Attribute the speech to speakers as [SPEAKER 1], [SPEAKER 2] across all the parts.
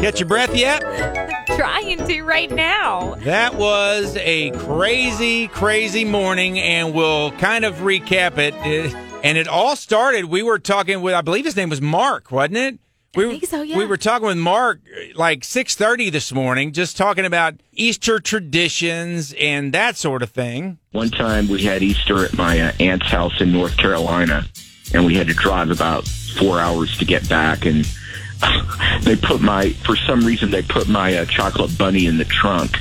[SPEAKER 1] Catch your breath yet?
[SPEAKER 2] Trying to right now.
[SPEAKER 1] That was a crazy, crazy morning, and we'll kind of recap it. Uh, And it all started. We were talking with, I believe his name was Mark, wasn't it? We,
[SPEAKER 2] think so, yeah.
[SPEAKER 1] we were talking with Mark uh, like six thirty this morning, just talking about Easter traditions and that sort of thing.
[SPEAKER 3] One time we had Easter at my uh, aunt's house in North Carolina, and we had to drive about four hours to get back. And they put my, for some reason, they put my uh, chocolate bunny in the trunk.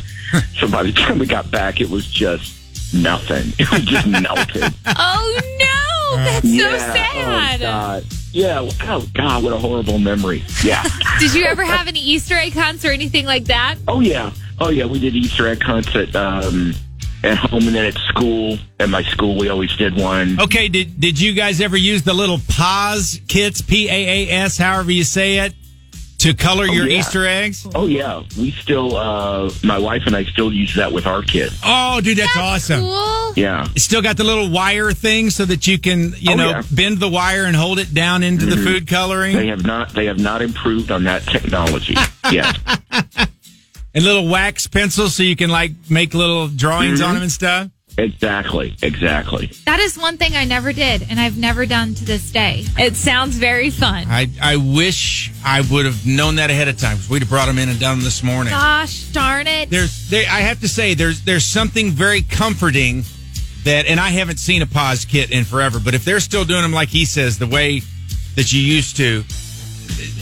[SPEAKER 3] so by the time we got back, it was just nothing. It was just melted.
[SPEAKER 2] Oh no, that's so
[SPEAKER 3] Oh,
[SPEAKER 2] sad.
[SPEAKER 3] God. Yeah. well, Oh, God. What a horrible memory. Yeah.
[SPEAKER 2] Did you ever have any Easter egg hunts or anything like that?
[SPEAKER 3] oh, yeah. Oh, yeah. We did Easter egg hunts at, um, at home and then at school. At my school, we always did one.
[SPEAKER 4] Okay, did did you guys ever use the little PAS kits, P A A S, however you say it, to
[SPEAKER 1] Oh,
[SPEAKER 4] color your
[SPEAKER 3] yeah.
[SPEAKER 4] Easter eggs?
[SPEAKER 3] Oh yeah, we still. Uh, my wife and I still use that with our kids.
[SPEAKER 4] Oh, dude, that's, awesome.
[SPEAKER 2] Cool.
[SPEAKER 3] Yeah,
[SPEAKER 4] It's still got the little wire thing so that you can, you
[SPEAKER 3] Oh,
[SPEAKER 4] know,
[SPEAKER 3] yeah. Mm-hmm.
[SPEAKER 4] bend the wire and hold it down into the food coloring.
[SPEAKER 3] they have not. They have not improved on that technology. yes.
[SPEAKER 4] And little wax pencils so you can like make little drawings
[SPEAKER 3] Mm-hmm.
[SPEAKER 4] on them and stuff.
[SPEAKER 3] exactly, exactly.
[SPEAKER 2] That is one thing I never did and I've never done to this day. It sounds very fun.
[SPEAKER 4] I I wish I would have known that ahead of time. 'cause We'd have brought them in and done them this morning.
[SPEAKER 2] Gosh darn it.
[SPEAKER 4] there's there, I have to say there's there's something very comforting that and I haven't seen a pause kit in forever, but if they're still doing them like he says the way that you used to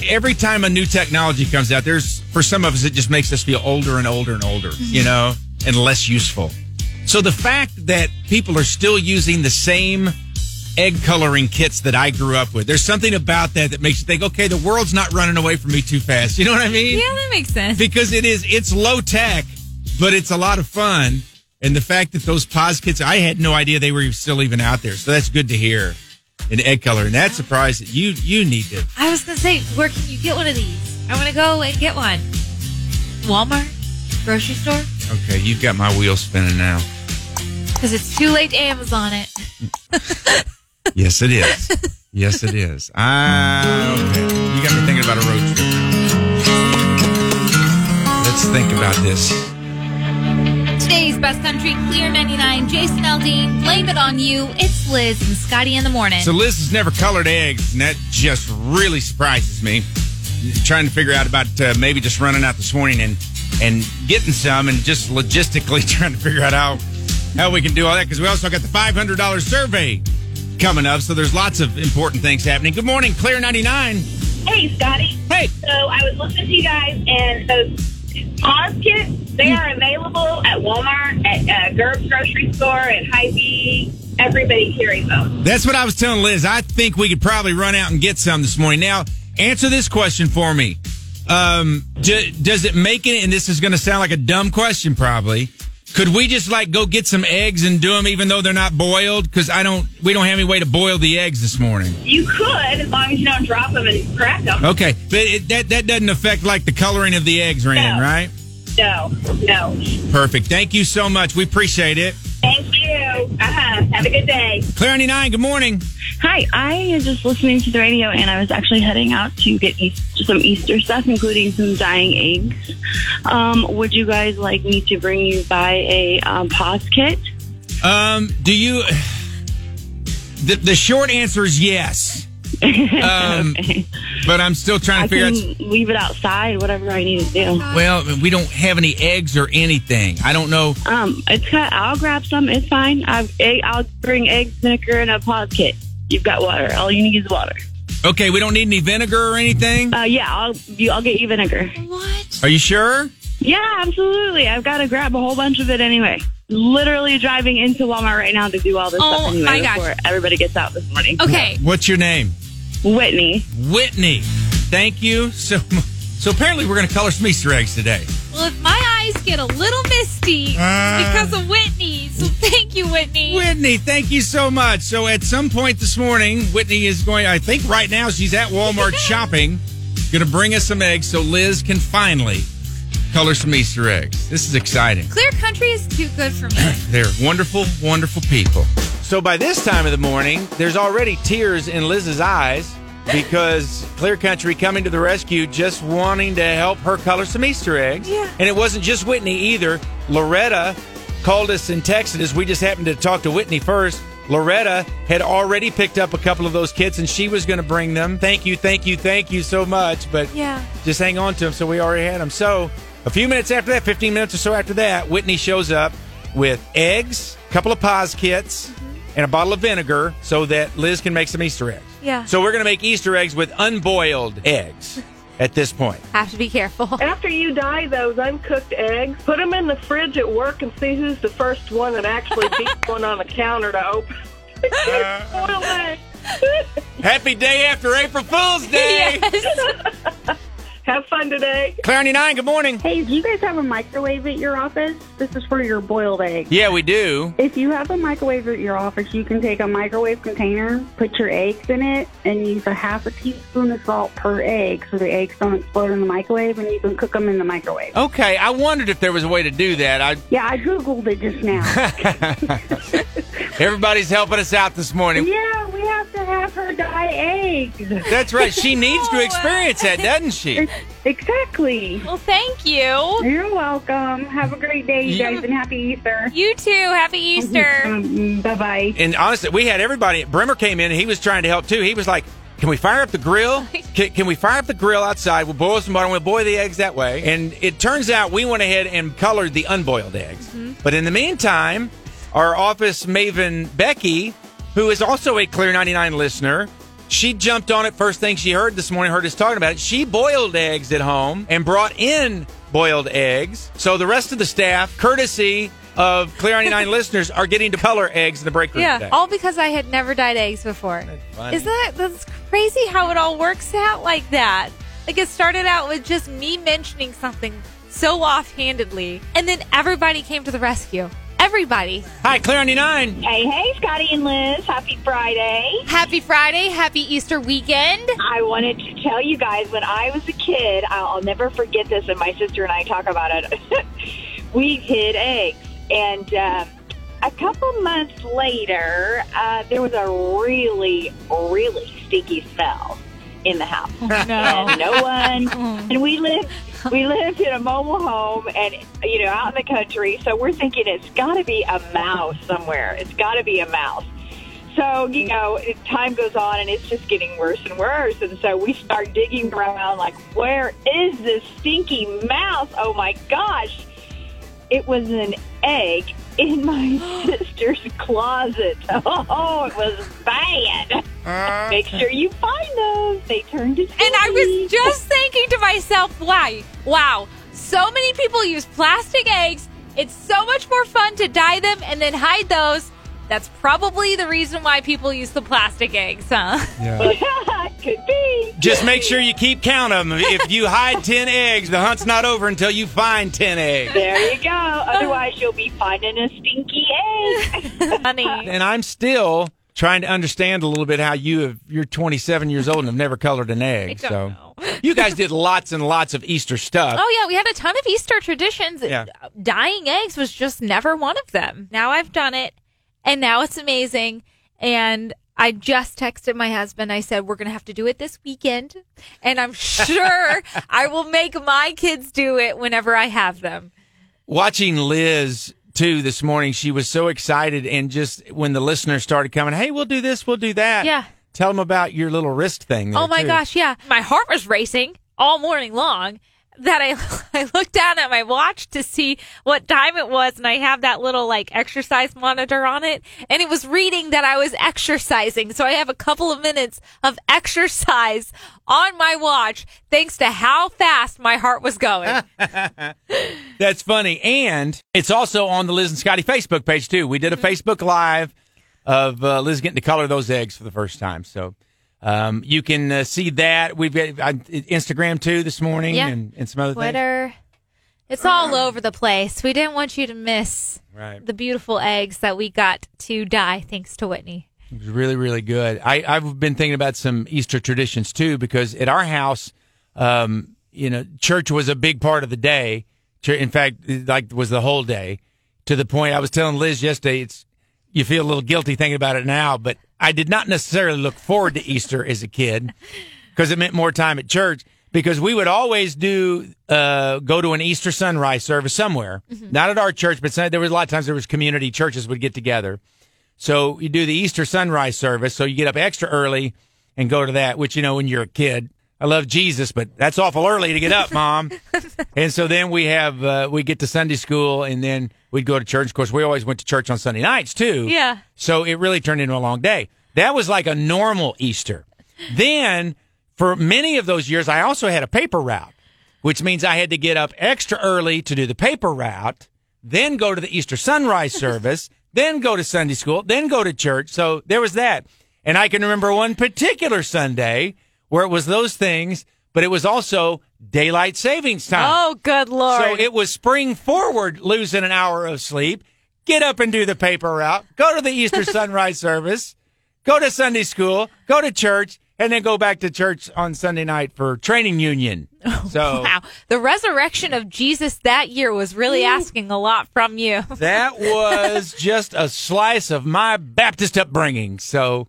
[SPEAKER 4] every time a new technology comes out there's for some of us it just makes us feel older and older and older,
[SPEAKER 2] Mm-hmm.
[SPEAKER 4] you know, and less useful. So the fact that people are still using the same egg coloring kits that I grew up with. There's something about that that makes you think, okay, the world's not running away from me too fast. You know what I mean?
[SPEAKER 2] yeah, that makes sense.
[SPEAKER 4] because it is it's low tech, but it's a lot of fun. And the fact that those pause kits, I had no idea they were still even out there. So that's good to hear. An egg color, and that's surprised that you you need to.
[SPEAKER 2] I was gonna say, where can you get one of these? I wanna go and get one. Walmart? Grocery store?
[SPEAKER 4] Okay, you've got my wheels spinning now.
[SPEAKER 2] Because it's too late to Amazon it.
[SPEAKER 4] Yes, it is. yes, it is. Ah, okay. You got me thinking about a road trip. Let's think about this.
[SPEAKER 2] Today's Best Country Clear 99, Jason Aldean, Blame It On You. It's Liz and Scotty in the morning.
[SPEAKER 4] So Liz has never colored eggs, and that just really surprises me. Trying to figure out about uh, maybe just running out this morning and and getting some, and just logistically trying to figure out how how we can do all that because we also got the five hundred dollars survey coming up. So there's lots of important things happening. Good morning, Clear ninety nine.
[SPEAKER 5] Hey, Scotty.
[SPEAKER 4] Hey.
[SPEAKER 5] So I was listening to you guys, and those pause kits, they are available at Walmart, at uh, Gerb's grocery store, at Hy-Vee. Everybody carries them.
[SPEAKER 4] That's what I was telling Liz. I think we could probably run out and get some this morning. Now, answer this question for me. Um, do, does it make it, and this is going to sound like a dumb question probably, could we just like go get some eggs and do them even though they're not boiled? Because I don't, we don't have any way to boil the eggs this morning.
[SPEAKER 5] You could, as long as you don't drop them and crack them.
[SPEAKER 4] Okay. But it, that, that doesn't affect like the coloring of the eggs, Ran,
[SPEAKER 5] No.
[SPEAKER 4] right?
[SPEAKER 5] No, no.
[SPEAKER 4] Perfect. Thank you so much. We appreciate it.
[SPEAKER 5] Thank you. Uh-huh. Have a good day.
[SPEAKER 4] Claire 99, good morning.
[SPEAKER 6] Hi, I was just listening to the radio and I was actually heading out to get East some Easter stuff, including some dying eggs. Um, would you guys like me to bring you by a um, pause kit?
[SPEAKER 4] Um, do you? The, the short answer is yes. Um, But I'm still trying to
[SPEAKER 6] I
[SPEAKER 4] figure
[SPEAKER 6] can
[SPEAKER 4] out.
[SPEAKER 6] leave it outside, whatever I need to do.
[SPEAKER 4] Well, we don't have any eggs or anything. I don't know.
[SPEAKER 6] Um, it's got, I'll grab some. It's fine. I've, egg, I'll bring eggs, vinegar, and a pause kit. You've got water. All you need is water.
[SPEAKER 4] Okay, we don't need any vinegar or anything.
[SPEAKER 6] Uh, yeah, I'll you, I'll get you vinegar.
[SPEAKER 2] what?
[SPEAKER 4] Are you sure?
[SPEAKER 6] Yeah, absolutely. I've got to grab a whole bunch of it anyway. Literally driving into Walmart right now to do all this
[SPEAKER 2] Oh,
[SPEAKER 6] stuff anyway
[SPEAKER 2] my gosh.
[SPEAKER 6] before everybody gets out this morning.
[SPEAKER 2] Okay.
[SPEAKER 4] What's your name?
[SPEAKER 6] Whitney.
[SPEAKER 4] Whitney. Thank you so much. So apparently we're going to color some Easter eggs today.
[SPEAKER 2] Well, if my eyes get a little misty
[SPEAKER 4] Ah.
[SPEAKER 2] because of Whitney, so thank you, Whitney.
[SPEAKER 4] Whitney, thank you so much. So at some point this morning, Whitney is going, I think right now she's at Walmart shopping, going to bring us some eggs so Liz can finally color some Easter eggs. This is exciting.
[SPEAKER 2] Clear Country is too good for me.
[SPEAKER 4] They're wonderful, wonderful people. So by this time of the morning, there's already tears in Liz's eyes because Clear Country coming to the rescue, just wanting to help her color some Easter eggs.
[SPEAKER 2] Yeah.
[SPEAKER 4] And it wasn't just Whitney either. Loretta called us and texted us. We just happened to talk to Whitney first. Loretta had already picked up a couple of those kits and she was going to bring them. Thank you, thank you, thank you so much. But
[SPEAKER 2] Yeah.
[SPEAKER 4] just hang on to them. So we already had them. So a few minutes after that, 15 minutes or so after that, Whitney shows up with eggs, a couple of Paz kits, and a bottle of vinegar so that Liz can make some Easter eggs.
[SPEAKER 2] Yeah.
[SPEAKER 4] So we're going to make Easter eggs with unboiled eggs at this point.
[SPEAKER 2] Have to be careful.
[SPEAKER 6] After you dye those uncooked eggs, put them in the fridge at work and see who's the first one that actually beats one on the counter to open. Boiled eggs.
[SPEAKER 4] Happy day after April Fool's Day!
[SPEAKER 6] Have fun today.
[SPEAKER 4] Claire 99, good morning.
[SPEAKER 7] Hey, do you guys have a microwave at your office? This is for your boiled eggs.
[SPEAKER 4] Yeah, we do.
[SPEAKER 7] If you have a microwave at your office, you can take a microwave container, put your eggs in it, and use a half a teaspoon of salt per egg so the eggs don't explode in the microwave, and you can cook them in the microwave.
[SPEAKER 4] Okay, I wondered if there was a way to do that. I,
[SPEAKER 7] Yeah, I Googled it just now.
[SPEAKER 4] everybody's helping us out this morning.
[SPEAKER 7] yeah, we have to have her dye eggs.
[SPEAKER 4] That's right. She needs to experience that, doesn't she?
[SPEAKER 7] Exactly.
[SPEAKER 2] Well, thank you.
[SPEAKER 7] You're welcome. Have a great day, you guys, and happy Easter.
[SPEAKER 2] You too. Happy Easter.
[SPEAKER 7] Um, bye bye.
[SPEAKER 4] And honestly, we had everybody. Bremer came in and he was trying to help too. He was like, "Can we fire up the grill? Can, can we fire up the grill outside? We'll boil some butter. and We'll boil the eggs that way." And it turns out we went ahead and colored the unboiled eggs. But in the meantime, our office maven Becky, who is also a Clear 99 listener, she jumped on it first thing she heard this morning, heard us talking about it. She boiled eggs at home and brought in boiled eggs. So the rest of the staff, courtesy of Clear 99 listeners, are getting to color eggs in the break room
[SPEAKER 2] Yeah,
[SPEAKER 4] today.
[SPEAKER 2] all because I had never dyed eggs before.
[SPEAKER 4] funny.
[SPEAKER 2] Isn't that that's crazy how it all works out like that? Like it started out with just me mentioning something so offhandedly, and then everybody came to the rescue. Everybody.
[SPEAKER 4] Hi, Clear 99.
[SPEAKER 5] Hey, hey, Scotty and Liz. Happy Friday.
[SPEAKER 2] Happy Friday, happy Easter weekend.
[SPEAKER 5] I wanted to tell you guys when I was a kid, I'll, I'll never forget this, and my sister and I talk about it. we hid eggs. And um, a couple months later, uh, there was a really, really stinky smell in the house.
[SPEAKER 2] No.
[SPEAKER 5] and no one. And we lived we lived in a mobile home, and you know, out in the country. So we're thinking it's got to be a mouse somewhere. It's got to be a mouse. So you know, it- time goes on, and it's just getting worse and worse. And so we start digging around, like, where is this stinky mouse? Oh my gosh! It was an egg in my sister's closet. Oh, it was bad. Make sure you find those. They turned into
[SPEAKER 2] Uh. And I was
[SPEAKER 5] eggs.
[SPEAKER 2] just thinking to myself, why? Wow, so many people use plastic eggs. It's so much more fun to dye them and then hide those. That's probably the reason why people use the plastic eggs, huh?
[SPEAKER 5] could be.
[SPEAKER 4] Just make sure you keep count of them. If you hide 10 eggs, the hunt's not over until you find 10 eggs.
[SPEAKER 5] There you go. Otherwise, you'll be finding a stinky egg.
[SPEAKER 2] Funny.
[SPEAKER 4] And I'm still trying to understand a little bit how you have, you're 27 years old and have never colored an egg.
[SPEAKER 2] I don't
[SPEAKER 4] so
[SPEAKER 2] know.
[SPEAKER 4] you guys did lots and lots of Easter stuff.
[SPEAKER 2] Oh yeah, we had a ton of Easter traditions.
[SPEAKER 4] Yeah.
[SPEAKER 2] Dying eggs was just never one of them. Now I've done it and now it's amazing and I just texted my husband. I said we're going to have to do it this weekend and I'm sure I will make my kids do it whenever I have them.
[SPEAKER 4] Watching Liz too this morning, she was so excited and just when the listeners started coming, hey, we'll do this, we'll do that.
[SPEAKER 2] Yeah.
[SPEAKER 4] Tell them about your little wrist thing. there,
[SPEAKER 2] oh my
[SPEAKER 4] too.
[SPEAKER 2] gosh, yeah. My heart was racing all morning long that I I looked down at my watch to see what time it was and I have that little like exercise monitor on it and it was reading that I was exercising. So I have a couple of minutes of exercise on my watch thanks to how fast my heart was
[SPEAKER 4] Ah,
[SPEAKER 2] going.
[SPEAKER 4] That's funny. And it's also on the Liz and Scotty Facebook page, too. We did a Facebook Live of uh, Liz getting to color those eggs for the first time. So um, you can uh, see that. We've got uh, Instagram, too, this morning
[SPEAKER 2] Yeah.
[SPEAKER 4] and, and some other things.
[SPEAKER 2] Twitter it's all over the place. We didn't want you to miss
[SPEAKER 4] Mm. Right.
[SPEAKER 2] the beautiful eggs that we got to dye thanks to Whitney.
[SPEAKER 4] It was really, really good. I, I've been thinking about some Easter traditions, too, because at our house, um, you know, church was a big part of the day. Chur- In fact, it, like was the whole day to the point I was telling Liz yesterday, it's you feel a little guilty thinking about it now, but I did not necessarily look forward to Easter as a kid because it meant more time at church. Because we would always do uh, go to an Easter sunrise service somewhere, not at our church, but some- there was a lot of times there was community churches would get together. So you do the Easter sunrise service, so you get up extra early and go to that. Which you know, when you're a kid, I love Jesus, but that's awful early to get up, mom. And so then we have uh, we get to Sunday school, and then we'd go to church. Of course, we always went to church on Sunday nights too.
[SPEAKER 2] Yeah.
[SPEAKER 4] So it really turned into a long day. That was like a normal Easter. Then for many of those years, I also had a paper route, which means I had to get up extra early to do the paper route, then go to the Easter sunrise service, then go to Sunday school, then go to church. So there was that. And I can remember one particular Sunday where it was those things, but it was also daylight savings time.
[SPEAKER 2] Oh, good lord.
[SPEAKER 4] Ah. So it was spring forward, losing an hour of sleep, get up and do the paper route, go to the Easter sunrise service, go to Sunday school, go to church, and then go back to church on Sunday night for training union. So
[SPEAKER 2] Oh, wow. The resurrection of Jesus that year was really asking a lot from you.
[SPEAKER 4] that was just a slice of my Baptist upbringing. So,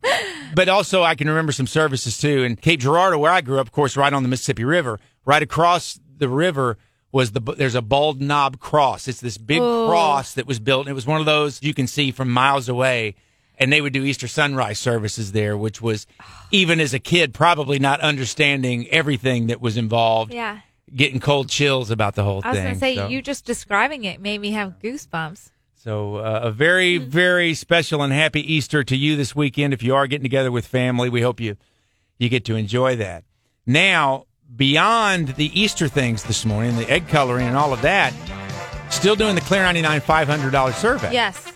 [SPEAKER 4] but also I can remember some services too. In Cape Girardeau, where I grew up, of course, right on the Mississippi River, right across the river was the there's a bald knob cross. It's this big cross that was built. And it was one of those you can see from miles away. And they would do Easter sunrise services there, which was even as a kid probably not understanding everything that was involved.
[SPEAKER 2] Yeah.
[SPEAKER 4] Getting cold chills about the whole thing.
[SPEAKER 2] I was going to say,
[SPEAKER 4] so.
[SPEAKER 2] you just describing it made me have goosebumps.
[SPEAKER 4] So, uh, a very, very special and happy Easter to you this weekend. If you are getting together with family, we hope you you get to enjoy that. Now, beyond the Easter things this morning, the egg coloring and all of that, still doing the Clear 99 $500 survey.
[SPEAKER 2] Yes.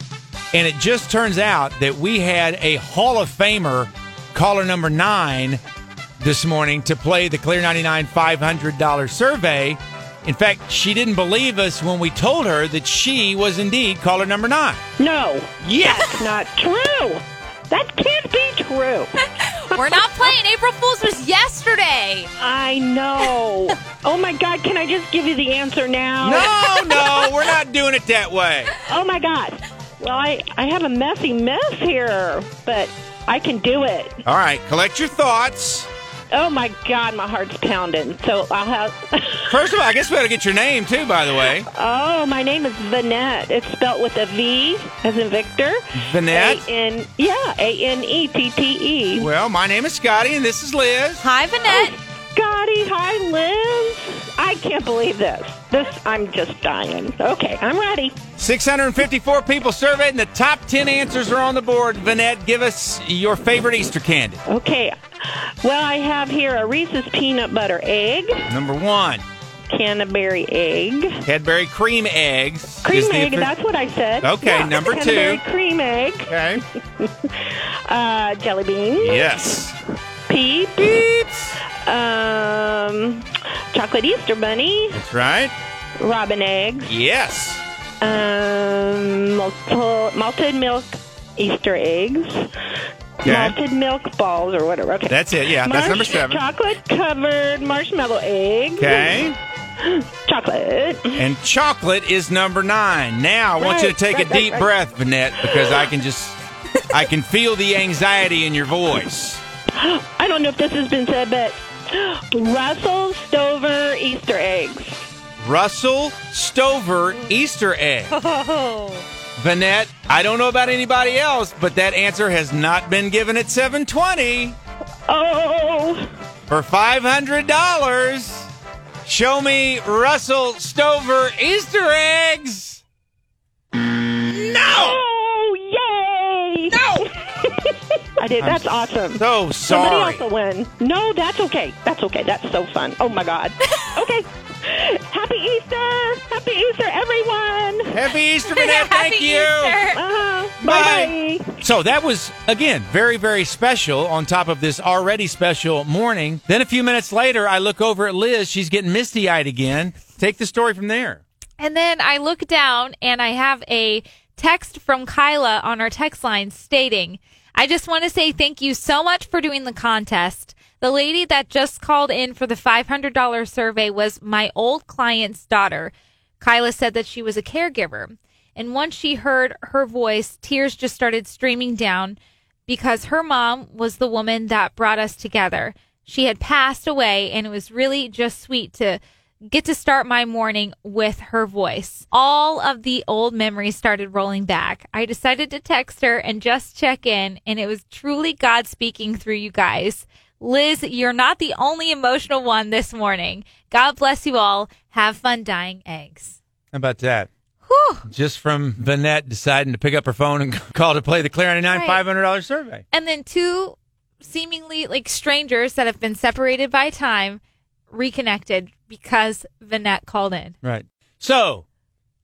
[SPEAKER 4] And it just turns out that we had a Hall of Famer, caller number nine, this morning to play the Clear 99 $500 survey. In fact, she didn't believe us when we told her that she was indeed caller number nine.
[SPEAKER 6] No,
[SPEAKER 4] Yes!
[SPEAKER 6] it's not true. That can't be true.
[SPEAKER 2] We're not playing. April Fool's was yesterday.
[SPEAKER 6] I know. Oh my God, can I just give you the answer now?
[SPEAKER 4] No, no, we're not doing it that way.
[SPEAKER 6] Oh my God. Well, I, I have a messy mess here, but I can do it.
[SPEAKER 4] All right, collect your thoughts.
[SPEAKER 6] Oh my God, my heart's pounding. So I'll have.
[SPEAKER 4] First of all, I guess we ought to get your name too, by the way.
[SPEAKER 6] Oh, my name is Vanette. It's spelt with a V, as in Victor.
[SPEAKER 4] Vanette?
[SPEAKER 6] A N. Yeah, A N E T T E.
[SPEAKER 4] Well, my name is Scotty and this is Liz.
[SPEAKER 2] Hi, Vanette.
[SPEAKER 6] Scotty, hi, Liz. I can't believe this. This, I'm just dying. Okay, I'm ready.
[SPEAKER 4] 654 people surveyed, and the top 10 answers are on the board. Vanette, give us your favorite Easter candy.
[SPEAKER 6] Okay. Well, I have here a Reese's peanut butter egg,
[SPEAKER 4] Number one,
[SPEAKER 6] Canterbury egg,
[SPEAKER 4] Cadbury cream eggs.
[SPEAKER 6] cream
[SPEAKER 4] is the
[SPEAKER 6] egg.
[SPEAKER 4] offi-
[SPEAKER 6] That's what I said.
[SPEAKER 4] Okay, number two.
[SPEAKER 6] Canterbury cream egg,
[SPEAKER 4] okay.
[SPEAKER 6] uh, jelly bean,
[SPEAKER 4] Yes.
[SPEAKER 6] peep, um, chocolate Easter bunny,
[SPEAKER 4] That's right.
[SPEAKER 6] robin eggs.
[SPEAKER 4] Yes.
[SPEAKER 6] Um, multiple, malted milk Easter eggs.
[SPEAKER 4] Okay.
[SPEAKER 6] Malted milk balls or whatever. Okay.
[SPEAKER 4] That's it. Yeah, that's number seven.
[SPEAKER 6] Chocolate covered marshmallow egg.
[SPEAKER 4] Okay.
[SPEAKER 6] Chocolate.
[SPEAKER 4] And chocolate is number nine. Now, I want you to
[SPEAKER 6] Right,
[SPEAKER 4] take
[SPEAKER 6] right,
[SPEAKER 4] a
[SPEAKER 6] right,
[SPEAKER 4] deep
[SPEAKER 6] right.
[SPEAKER 4] breath, Vanette, because I can just, I can feel the anxiety in your voice.
[SPEAKER 6] I don't know if this has been said, but Russell Stover Easter eggs.
[SPEAKER 4] Russell Stover Easter egg.
[SPEAKER 2] Oh.
[SPEAKER 4] Vanette, I don't know about anybody else, but that answer has not been given at 720
[SPEAKER 6] Oh,
[SPEAKER 4] for $500. Show me Russell Stover Easter eggs. No!
[SPEAKER 6] oh, yay!
[SPEAKER 4] No!
[SPEAKER 6] I did. That's awesome.
[SPEAKER 4] So
[SPEAKER 6] Somebody
[SPEAKER 4] sorry.
[SPEAKER 6] else will win. No, that's okay. That's okay. That's so fun. Oh my God. Okay. Happy Easter. Happy Easter, everyone.
[SPEAKER 4] Happy Easter, Vanette. Thank
[SPEAKER 2] Happy
[SPEAKER 4] you.
[SPEAKER 2] Easter.
[SPEAKER 6] Uh,
[SPEAKER 4] Bye.
[SPEAKER 6] bye.
[SPEAKER 4] So that was, again, very, very special on top of this already special morning. Then a few minutes later, I look over at Liz. She's getting misty eyed again. Take the story from there.
[SPEAKER 2] And then I look down and I have a text from Kyla on our text line stating, I just want to say thank you so much for doing the contest. The lady that just called in for the $500 survey was my old client's daughter. Kyla said that she was a caregiver. And once she heard her voice, tears just started streaming down because her mom was the woman that brought us together. She had passed away, and it was really just sweet to get to start my morning with her voice. All of the old memories started rolling back. I decided to text her and just check in, and it was truly God speaking through you guys. Liz, you're not the only emotional one this morning. God bless you all. Have fun dying eggs.
[SPEAKER 4] How about that?
[SPEAKER 2] Whew.
[SPEAKER 4] Just from Vanette deciding to pick up her phone and call to play the Clear 99
[SPEAKER 2] Right.
[SPEAKER 4] $500 survey.
[SPEAKER 2] And then two seemingly like strangers that have been separated by time reconnected because Vanette called in.
[SPEAKER 4] Right. So,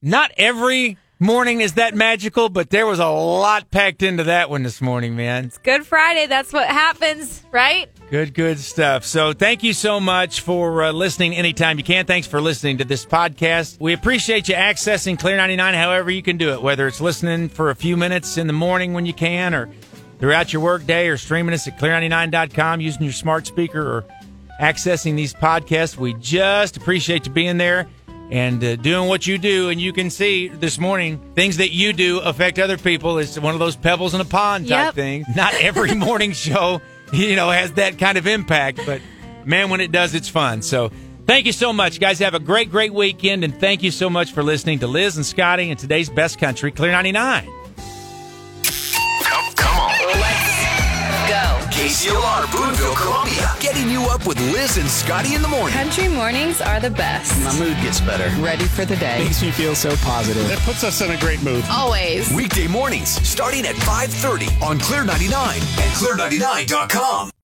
[SPEAKER 4] not every morning is that magical, but there was a lot packed into that one this morning, man.
[SPEAKER 2] Good Friday. That's what happens, right?
[SPEAKER 4] Good, good stuff. So, thank you so much for uh, listening anytime you can. Thanks for listening to this podcast. We appreciate you accessing Clear 99 however you can do it, whether it's listening for a few minutes in the morning when you can, or throughout your workday, or streaming us at clear99.com using your smart speaker, or accessing these podcasts. We just appreciate you being there and uh, doing what you do. And you can see this morning, things that you do affect other people. It's one of those pebbles in a pond type
[SPEAKER 2] Yep.
[SPEAKER 4] things. Not every morning show, you know, has that kind of impact, but man, when it does, it's fun. So thank you so much, guys. Have a great, great weekend. And thank you so much for listening to Liz and Scotty and today's Best Country, Clear 99.
[SPEAKER 8] Come, come on.
[SPEAKER 9] Go.
[SPEAKER 8] KCLR Boonville, Columbia. Getting you up with Liz and Scotty in the morning.
[SPEAKER 9] Country mornings are the best.
[SPEAKER 8] mood gets better.
[SPEAKER 9] Ready for the day.
[SPEAKER 8] Makes me feel so positive.
[SPEAKER 10] It puts us in a great mood.
[SPEAKER 9] Always.
[SPEAKER 8] Weekday mornings starting at 5:30 on Clear 99 and clear99.com.